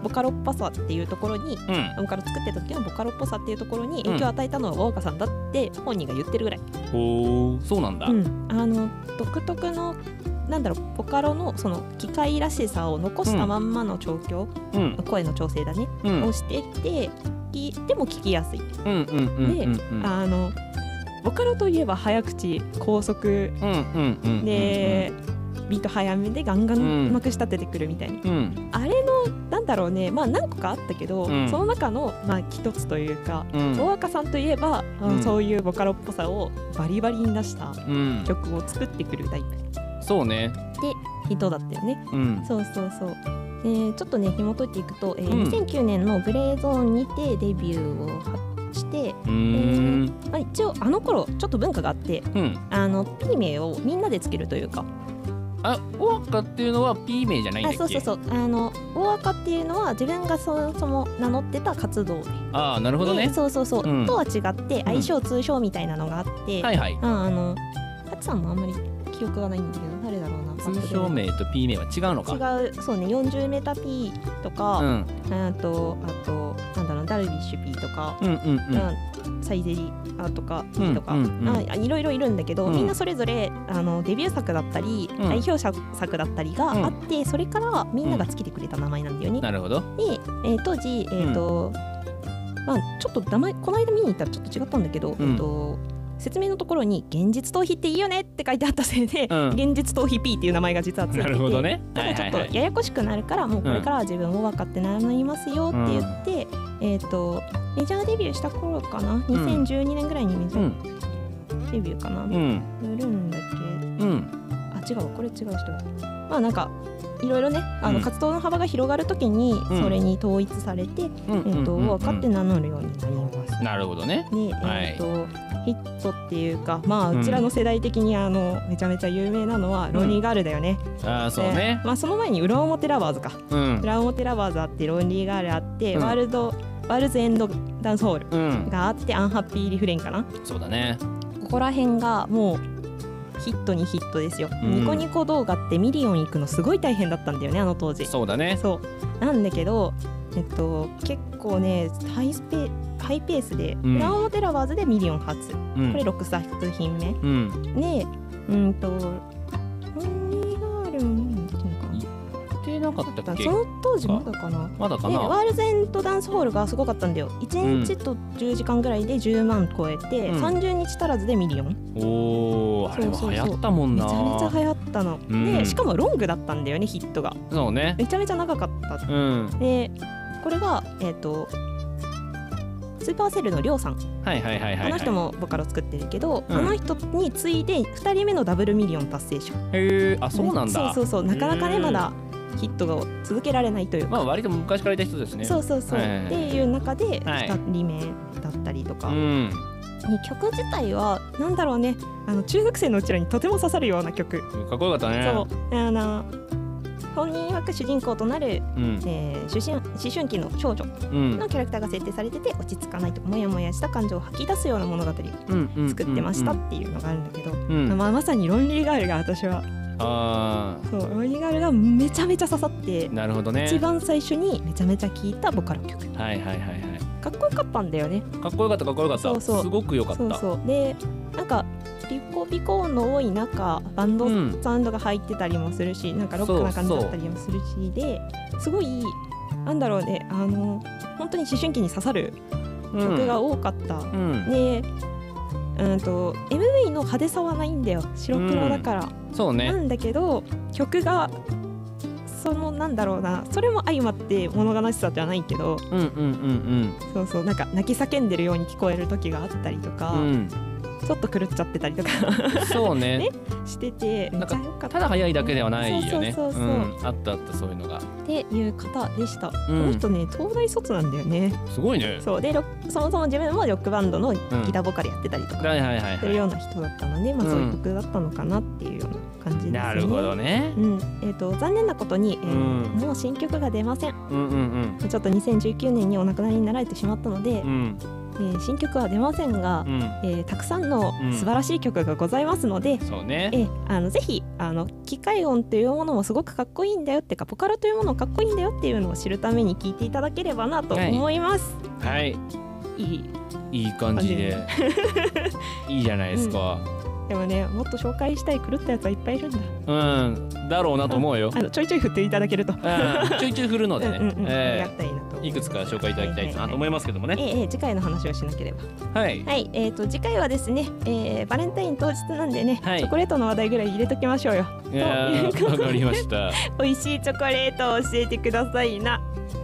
ボカロっぽさっていうところに
うん
ボカロ作ってた時のボカロっぽさっていうところに影響を与えたのは大岡さんだって本人が言ってるぐらい、
ほうそうなんだ
うんあの独特のなんだろうボカロのその機械らしさを残したまんまの調教、
うん
声の調整だね、
うん
をしててきでも聞きやすい
うんうんうんうん
で
うん
あのボカロといえば早口高速
うんうんうんうん
で、ビート早めでガンガ
うん
ンうまく仕立ててくるみたいな、
うん
あれのなんだろうねまあ何個かあったけど、
うん
その中のまあ一つというか
うん
大赤さんといえば、あ
うん
そういうボカロっぽさをバリバリに出した
うん
曲を作ってくるタイプ
そうね
人だったよね
うん
そうそうそうえーちょっとね紐解いていくと、えー
うん
2009年のグレーゾーンにてデビューをして、
うーん
まあ、一応あの頃ちょっと文化があって
うん
あの P 名をみんなでつけるというか
あオアカっていうのは P 名じゃないんだ
あ
っけ
そうそうそうあの大赤っていうのは自分がそもそも名乗ってた活動で
ああなるほどね
でそうそうそう、
うん
とは違って相性通称みたいなのがあって、
はいはい
ああのハチさんもあんまり記憶がないんだけど誰だろうな
通称名と P 名は違うのか
違うそうね 40m P と
う
か、
ん
あとあとなんだろうダルビッシュ P とか、
うんうんうん
うんサイゼリアとか P とか、
うんうんうん
あいろいろいるんだけど、
うん
みんなそれぞれあのデビュー作だったり、
ん
代表作だったりがあって、それからみんながつけてくれた名前なんだよね。
なるほど
で、えー当時、えーとまあ、ちょっと名前この間見に行ったらちょっと違ったんだけど、
うん
えーと説明のところに「現実逃避っていいよね」って書いてあったせいで「
うん
現実逃避 P」っていう名前が実はついて
な
て
るほどね。
ただちょっと
はいはいはい
ややこしくなるからもうこれからは自分を分かってなりますよって言って、えっ、とメジャーデビューした頃かな2012年ぐらいにメジ
う
ャ
ん
ーデビューかな、
う
や
ん
るんだっけ
うん
あ違うわこれ違う人だまあなんかいろいろねあ
う
の
ん
活動の幅が広がるときに
うん
それに統一されて、
うん
えー、と
うんうんうん
分かって名乗るようになります。
なるほどね。
で、え
はい
ーとヒットっていうかまあ
うん
うちらの世代的にあの、めちゃめちゃ有名なのはロンリーガールだよね。
ああそう
で
ね。
まあその前に裏表ラバーズか。
うん
裏表ラバーズあってロンリーガールあって、
うん
ワールドワールズエンドダンスホール
うん
があってアンハッピーリフレインかな。
そうだね。
ここら辺がもうヒットにヒットですよ、
うん
ニコニコ動画ってミリオン行くのすごい大変だったんだよねあの当時
そうだね。
そうなんだけどえっと結構ねハイスペハイペースで、
うん
ランオテラワーズでミリオン初こ
うん
れ6作品目
うん
でうんとロンリーガールもってい
で
うのかな
なかったっけ
そ？の当時まだかな
まだか
でワ
な。
ールズエンドダンスホールがすごかったんだよ1日と10時間ぐらいで10万超えて、
うん
30日足らずでミリオン
おおあれは流行ったもん
め
な
ち。ゃめちゃ流行ったの、
うん
でしかもロングだったんだよねヒットが
そうね。
めちゃめちゃ長かった
うん
でこれがえっ、とスーパーセルのりょうさん、
はいはいはいはい。
あの人。もボカロ作ってるけど、
うん
あの人に次いで2人目のダブルミリオン達成者
へえあそうなんだ。
そうそうそうなかなかね
うん
まだヒットが続けられないというか、
まあ割と昔からいた人ですね。。
そううそうそう、
はいはいはい
っていう中で
はい
2人目だったりとか、
ん。
ね曲自体はなんだろうねあの中学生のうちらにとても刺さるような曲
かっこよかったね。
そうあの本人曰く主人公となる、
うん
えー、思春思春期の少女
うん
のキャラクターが設定されてて落ち着かないとかモヤモヤした感情を吐き出すような物語を
うんうん
作ってましたっていうのがあるんだけど、
うんうん
まあ、まさにロンリーガールが私は
あ
そうロンリーガールがめちゃめちゃ刺さって
あ、なるほどね。
一番最初にめちゃめちゃ聴いたボカロ曲
はいはいはいは
かっこよかったんだよね
い。かっこよかったかっこよかった。
そうそう
すごくよかった。
そうそうでなんかピコピコの多い中バンド
うん
サウンドが入ってたりもするし、なんかロックな感じだったりもするしですごいなんだろうねあの本当に思春期に刺さる曲が多かった、
うん、
でうんと MV の派手さはないんだよ白黒だから、
そうね。
なんだけど曲がそのなんだろうなそれも相まって物悲しさじゃないけど
うんうんうん
そうそうなんか泣き叫んでるように聞こえる時があったりとか、
うん。
ちょっと狂っちゃってたりとか
うん、そうね
ね。しててめ
なん
っち
か
ゃ良かった
だ早いだけではないよね。、
そうそうそうそうん
あったあったそういうのが。
っていう方でした、
う
この
ん、
人ね東大卒なんだよね
すごいね。
そうでロックそもそも自分もロックバンドのギ
うん
ターボーカルやってたりとか
はいはいはい
する
は
ような人だったので、まあ、
うん
そういう曲だったのかなっていうような感じです
い。
ね。
なるほどね
う。んえー、と残念なことに、えー
うん
もう新曲が出ません
うんうん
ちょっと2019年にお亡くなりになられてしまったので、
うん。うん
えー新曲は出ませんが
う、ん。
えーたくさんの
うん
素晴らしい曲がございますので、
そうね。
えーあのぜひあの機械音というものもすごくかっこいいんだよっていうかポカロというものもかっこいいんだよっていうのを知るために聴いていただければなと思います。
はい。
いい
いい感じで。 いいじゃないですか。
でもねもっと紹介したい狂ったやつはいっぱいいるんだ
うん、だろうなと思う よ。
あのちょいちょい振っていただけると、
うんちょいちょい振るのでね
うんうんうんあり
え
がたいなと思
ー、いくつか紹介いただきたいなと
は
思いますけども
いはい
ね。
はいええええ次回の話をしなければ
はい。
はいえー、と次回はですね、えーバレンタイン当日なんでね、
はい
チョコレートの話題ぐらい入れときましょ うよ
いやーわかりました。
美味しいチョコレートを教えてくださいな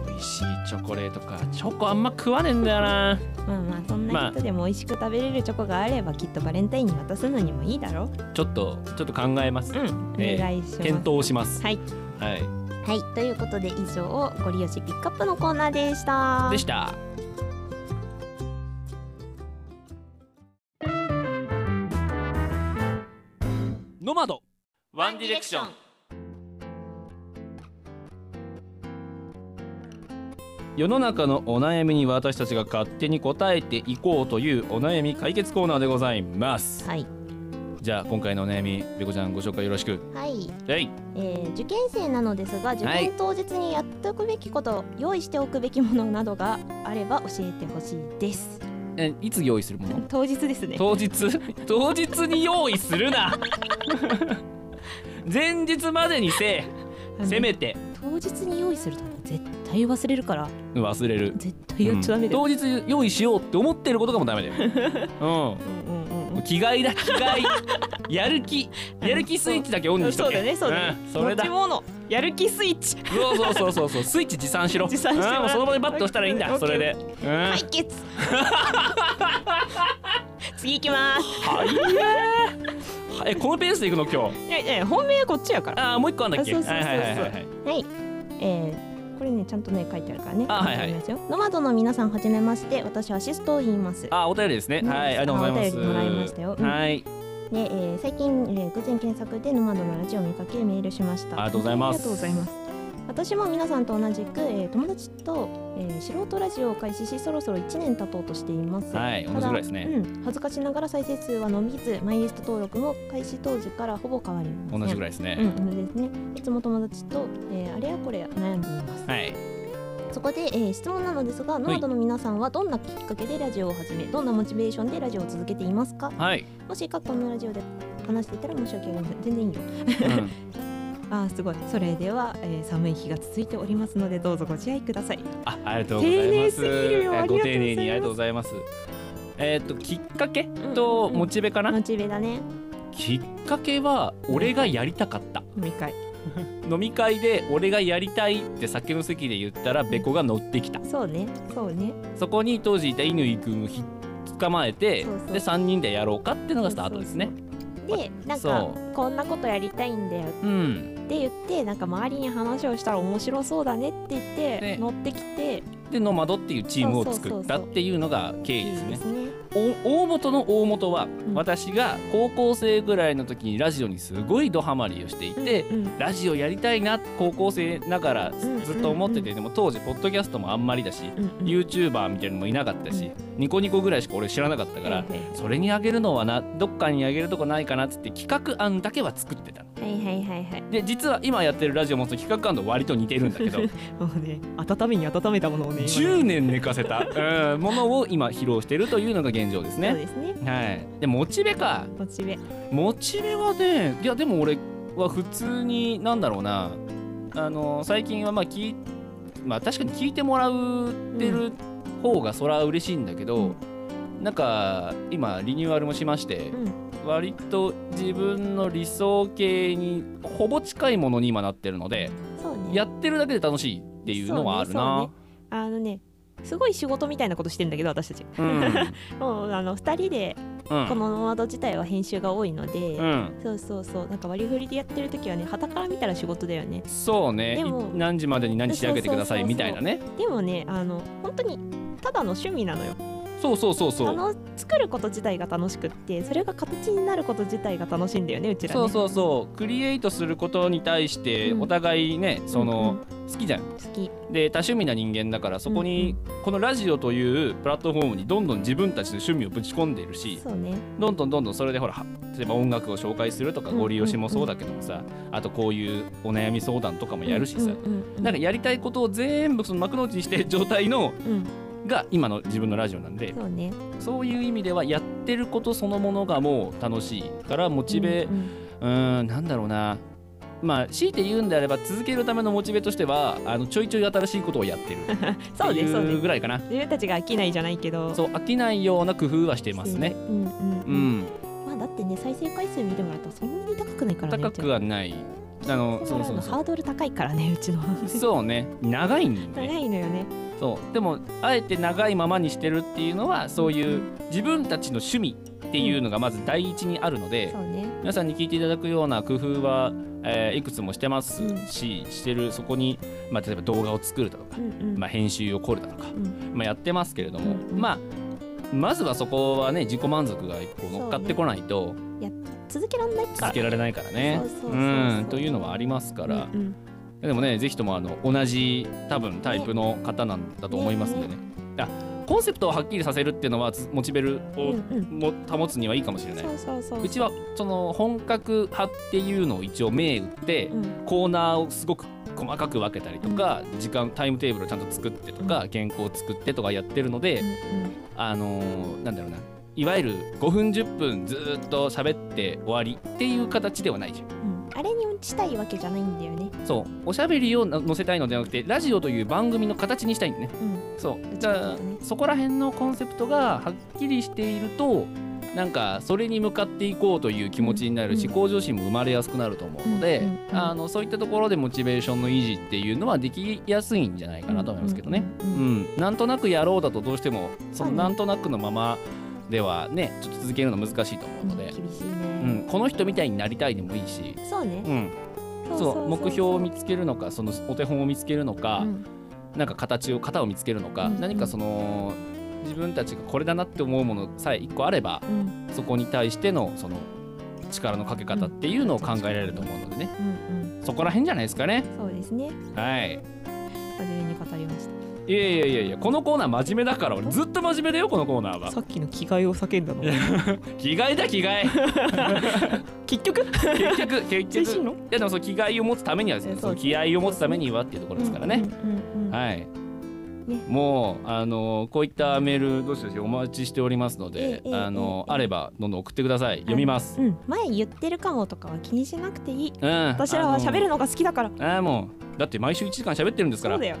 美味しいチョコレートか。チョコあんま食わねえんだよな。
まあまあそん
まあ
な人でも美味しく食べれるチョコがあればきっとバレンタインに渡すのにもいいだろ
ちょっと、ちょっと考えます
う、。ん
ええ
お願いします
検討します。
はい、
はい。
はい、ということで以上ゴリ押しピックアップのコーナーでした
でした。ノマド。ワンディレクション。世の中のお悩みに私たちが勝手に答えていこうというお悩み解決コーナーでございます。
はい。
じゃあ今回のお悩み、べこちゃんご紹介よろしく。
はい、
はい。
えー受験生なのですが受験当日にやっておくべきこと、用意しておくべきものなどがあれば教えてほしいです
え、いつ用意するもの？
当日ですね
当日 当日に用意するな。 前日までにせえ。せめて
当日に用意すると絶対忘れるから
忘れる。
絶対
うん当日用意しようって思ってることかもダメだよ。
うんうん
うん。う気概だ気概やる気やる気スイッチだけオンにしと
そう
け
だねそうだね、
んそれだ
持ち物やる気スイッ チ
そうそうそうそうそうスイッチ持参しろ
持参してもらって
うんもうその場でバッと押したらいいん
オ
だ
ッケ
そ
ー
れでうん
解決 次行きます
はいえこのペースでいくの今日
いやいや本命はこっちやから
あーもう一個あんだっけ
あそうそうそうそ
は
う
いはいはいはい
はい
えーこれねちゃんとね書いてあるからね
あはいはい
読みますよノマドの皆さんはじめまして私はシストを言います
あーお便りですねはいありがとうございます
お便りもらいましたようん
はい
で、えー最近、えー偶然検索で「ノマドのラジオ」を見かけメールしました
ありがとうございます
ありがとうございます私も皆さんと同じく、えー友達と、えー素人ラジオを開始しそろそろ1年経とうとしています、
はい同じぐらいですね
うん、恥ずかしながら再生数は伸びずマイリスト登録も開始当時からほぼ変わりません
同じぐ
らい
らいですね
うん、同じですねいつも友達と、えーあれやこれや悩んでいます、
はい
そこで、えー質問なのですがノマドの皆さんはどんなきっかけでラジオを始めどんなモチベーションでラジオを続けていますか
はい
もし過去のラジオで話していたら申し訳ありません全然いいよ
うん
あーすごいそれでは、えー寒い日が続いておりますのでどうぞご自愛ください
あ、ありがとうございます。
丁寧すぎるよ
え
ありがと
ご
うございます
丁寧にありがとうございます。えっ、ときっかけとモチベかな、
モチベだね
きっかけは俺がやりたかった。
飲み会
飲み会で俺がやりたいって酒の席で言ったらべこが乗ってきた。
そうねそうね
そこに当時いた乾くんをひ捕まえて
そうそう
で三人でやろうかっていうのがスタートですね。
でなん
そ
かこんなことやりたいんだよ
うん。
って言ってなんか周りに話をしたら面白そうだねって言って、
ね
乗ってきて
でノマドっていうチームを作ったっていうのが経
い
緯
い
です
で
ね
す。ね
お大元の大元は
ん
私が高校生ぐらいの時にラジオにすごいドハマりをしていて、
うんうん
ラジオやりたいな高校生ながらず
うんうん
ずっと思っててでも当時ポッドキャストもあんまりだし
うんうん
YouTuber みたいなのもいなかったしニコニコぐらいしか俺知らなかったから
はい
それにあげるのはなどっかにあげるとこないかなっつって企画案だけは作ってたの。
はいはいはいはい
で実は今やってるラジオもその企画案と割と似てるんだけど
もう ね温めに温めたものをね今ね
10年寝かせたうんものを今披露してるというのが現状です
そう
ね。
ですね
はい、でモチベか
モチベ
モチベはねいやでも俺は普通になんだろうなあの最近はまあ聞いまあ確かに聞いてもらってる方がそら嬉しいんだけど、なんか今リニューアルもしまして、割と自分の理想形にほぼ近いものに今なってるので
そうね
やってるだけで楽しいっていうのはあるな。
あのねすごい仕事みたいなことしてんだけど私たち
うんうん
もうあの2人でこのノマド自体は編集が多いので、
うん
そうそうそうなんか割り振りでやってる時はねはから見たら仕事だよね
そうね
でも
い何時までに何仕上げてください
そうそうそうそう
みたいなね
でもねあの本当にただの趣味なのよ
そうそうそうそう
あの作ること自体が楽しくってそれが形になること自体が楽しいんだよねうちらね
そうそうそうクリエイトすることに対して
うん
お互いね、その、好きじゃん
好き
で多趣味な人間だからそこに、このラジオというプラットフォームにどんどん自分たちの趣味をぶち込んでいるし
そうね
どんどんどんどんそれでほらは例えば音楽を紹介するとか
うん
ご利用しもそうだけどもさ、あとこういうお悩み相談とかもやるしさ、
うんうんうん
なんかやりたいことを全部その幕の内にしてる状態の
うん
が今の自分のラジオなんで
そうね
そういう意味ではやってることそのものがもう楽しいからモチベ、
うん
うーんなんだろうなまあ強いて言うんであれば続けるためのモチベとしてはあのちょいちょい新しいことをやってるっ
うん そう
て
ねそう
い
ね
うぐらいかな
自分たちが飽きないじゃないけど
そう飽きないような工夫はして
う
ますね
うんうん
う
うん、
ん
まあだってね再生回数見てもらったらそんなに高くないからね
高くはないあの
うち
そ
ら
うそ
見てもらう
う
の
そ
ハ
う
ードル高いからねうちの
そうね長いん
長
で
いのよね
そうでもあえて長いままにしてるっていうのはそういう自分たちの趣味っていうのがまず第一にあるので
そうね
皆さんに聞いていただくような工夫は、えーいくつもしてます
うん
ししてるそこに、まあ、例えば動画を作るだとか
うんうん、
まあ、編集を凝るだとか、
ん
まあ、やってますけれども、
うんうん
まあまずはそこはね自己満足がこう乗っかってこないと
続けられないから
続けられないからね
そうそうそう。そう
うんというのはありますから、
うんうん
でもねぜひともあの同じ多分タイプの方なんだと思いますんでね。あコンセプトをはっきりさせるっていうのはつモチベルを
うんうん
も保つにはいいかもしれない。
そうそうそう
うちはその本格派っていうのを一応銘打って、
うん
コーナーをすごく細かく分けたりとか、時間タイムテーブルをちゃんと作ってとか、原稿を作ってとかやってるので、
うん
あのーなんだろうないわゆる5分10分ずーっと喋って終わりっていう形ではないじゃ
うんうんあれにしたいわけじゃないんだよね
んそうおしゃべりをな載せたいのではなくてラジオという番組の形にしたいんだね
うん
そう
うち
じ
の
ゃあ
ことね
そこら辺のコンセプトがはっきりしているとなんかそれに向かっていこうという気持ちになるし
うん
向上心も生まれやすくなると思うので
うんうん
あのそういったところでモチベーションの維持っていうのはできやすいんじゃないかなと思いますけどね。
う
うん
う
ん、
ん
なんとなくやろうだとどうしてもそのなんとなくのままではねちょっと続けるの難しいと思うので、
厳しいうね、
ん、この人みたいになりたいでもいいし、
そうね
うん、
そうそう
そう目標を見つけるのかそのお手本を見つけるのか、
うん
なんか形を型を見つけるのか、
うん
何かその自分たちがこれだなって思うものさえ一個あれば
うん
そこに対してのその力のかけ方っていうのを考えられると思うのでね
うんうん
そこら辺じゃないですかね
そうですね
はい
真面目に語りまし
いやいやいやいやこのコーナー真面目だから俺ずっと真面目だよこのコーナー
た
は
さっきの着替えを叫んだの
着替えだ着替え
結局
結局 結
精
局い
神論
やでもその着替えを持つためにはですね
そう
その気合を持つためにはっていうところですからね、
うんうん
はい、
ね
もうあのこういったメールどしどしお待ちしておりますので、
ええ
あの、
ええ
あればどんどん送ってください読みます、
うん、前言ってるかもとかは気にしなくていい
うん
私らは喋る
の
のが好きだから
あーもうだって毎週1時間喋ってるんですか
そ
ら
うだよ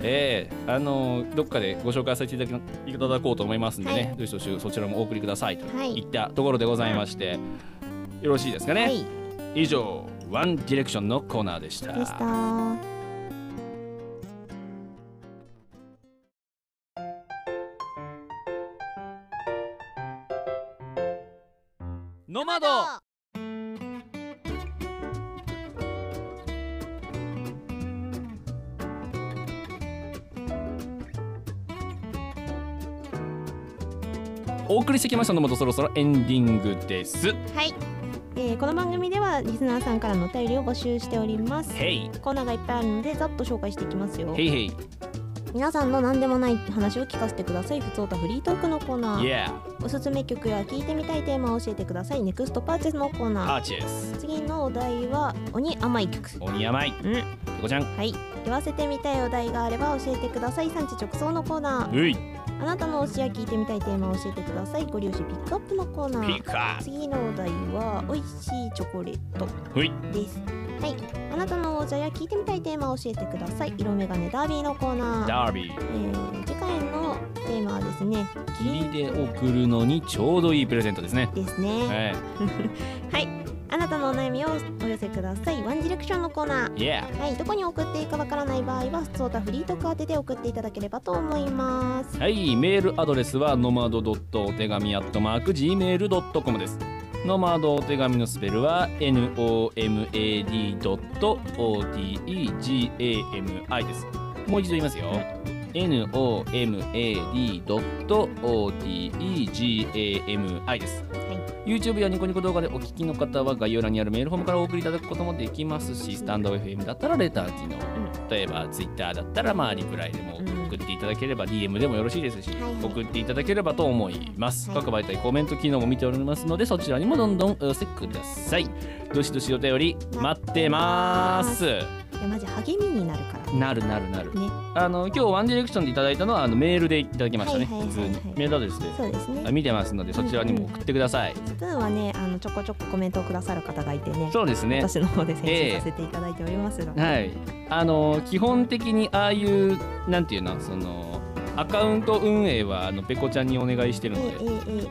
ええあのどっかでご紹介させていただきいただこうと思いますんでね、
は
どしどしそちらもお送りくださいと
はい
いったところでございまして、よろしいですかね、
はい
以上ワンディレクションのコーナーでした
でしたは
ノマドお送りしてきましたのもとそろそろエンディングです。
い
えーこの番組ではリスナーさんからのお便りを募集しております
ヘイ
コーナーがいっぱいあるのでざっと紹介していきますよ
ヘイヘイ
皆さんの何でもない話を聞かせてくださいふつおたフリートークのコーナ
イ
ー
エー
おすすめ曲や聞いてみたいテーマを教えてくださいネクストパーチェスのコー
ア
ナ
ーチです
ー次のお題は鬼甘い曲
鬼山い
うん
ペコちゃん
はい言わせてみたいお題があれば教えてください産地直送のコーナー
うい
あなたの推しや聞いてみたいテーマを教えてくださいご利用しピックアップのコーナ
ピ
ー
カ
次のお題は美味しいチョコレート
うい
ですはいあなたのお茶や聞いてみたいテーマを教えてください色眼鏡ダービーのコーナー、
ダービー
えー、次回のテーマはですね
義理で送るのにちょうどいいプレゼントですね
ですね
はい
はいあなたのお悩みをお寄せくださいワンディレクションのコーナ
イエー
ーはいどこに送っていいかわからない場合は普通たフリートーク宛てで送っていただければと思います
はい、メールアドレスはノマドドットお手紙アットマーク gmail.com です。ノマドお手紙のスペルは nomad ドット odegami です。もう一度言いますよ。nomad ドット odegami です。YouTube やニコニコ動画でお聞きの方は概要欄にあるメールフォームからお送りいただくこともできますし、スタンド FM だったらレター機能、例えば Twitter だったらまあリプライでも送っていただければ DM でもよろしいですし、
はい
送っていただければと思います、
はい
各媒体コメント機能も見ておりますのでそちらにもどんどんお寄せくださいどしどしお便り待ってます
いやマジ励みになるから
なるなるなる、
ね
あの今日ワンディレクションでいただいたのはあのメールでいただきましたね、
はいはいはいはい
普通にメールアドレスで
そうですね
あ見てますのでそちらにも送ってください、
スプーンはねあのちょこちょこコメントをくださる方がいてね
そうですね
私の方で先
ええ
生させていただいておりますが、
はい、あの基本的にああいうなんていうのそのアカウント運営はあのペコちゃんにお願いしてる
ええ
の
え
で、
ええ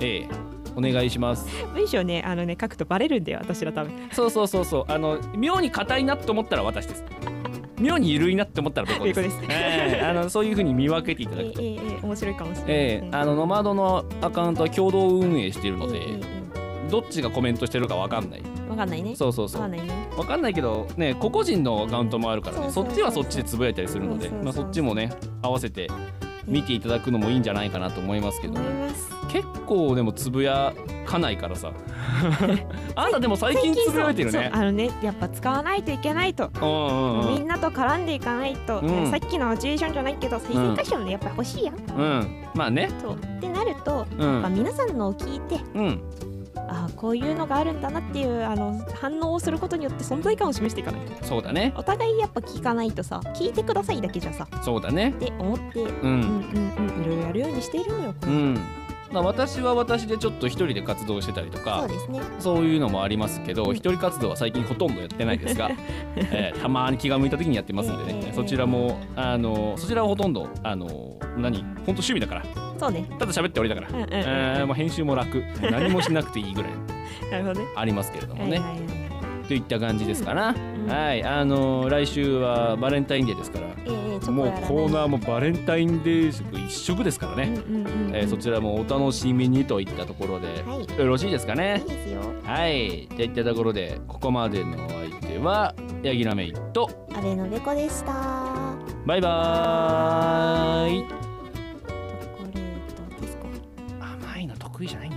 ええ、お願いします。
え文章ねあのね書くとバレるんだよ私ら多分
そうそうそうそう、あの妙に硬いなと思ったら私です。妙に緩いなって思ったらペコです。
ペコです
ええあのそういう風に見分けていた
え
だ
え
くと。
え
え
えええ面白いかもしれ
え
ない
あのノマドのアカウントは共同運営しているので、
えええ
どっちがコメントしてるかわかんない。
えわかんないね
そうそう
わ
そ
かん
う。
ないね
わかんないけどね個々人のアカウントもあるからね
そ
そう
そ
っ
うそう
ち
そう
はそっちでつぶやいたりするので
そうそうそう
まあそっちもね合わせて見ていただくのもいいんじゃないかなと思いますけど
思います
結構でもつぶやかないから さあんたでも最近つぶやいてる
そう
ね
あのねやっぱ使わないといけないと、
うんうん
みんなと絡んでいかないと、
うん
さっきのモチベーションじゃないけど再生箇所もねやっぱ欲しいやん、
うんうんまあね
とってなると、
う
まあ、
ん
皆さんのを聞いて
うん
ああこういうのがあるんだなっていうあの反応をすることによって存在感を示していかないと
そうだね
お互いやっぱ聞かないとさ聞いてくださいだけじゃさっ
そうだね
て思って、
う
うん
ん
うんうん、いろいろやるようにしているのよこ
う
れ、
んまあ、私は私でちょっと一人で活動してたりと
そ
か
うですね。
そういうのもありますけど、一人活動は最近ほとんどやってないです が、えーたまに気が向いた時にやってますんでね、
ええ
そちらもあのそちらはほとんどあの何本当趣味だから
そうね。
ただ喋って俺だから、
うんうんうん
えーまあ、編集も楽何もしなくていいぐらい
なるほどね。
ありますけれども
は
ね、
いはいはい。
といった感じですかな、
ん
はいあの来週はバレンタインデーですから
ええチョコ
もう
やらない
コーナーもバレンタインデー食一色ですからね、
うんうんうん。
えーそちらもお楽しみにといったところで、
はい。い
よろしいですかね
いですよ。
はいといったところでここまでのお相手はヤギラメイと
安倍のべこでした。
バイバーイ
チョコレートディスコ。
甘いの得意じゃないんだ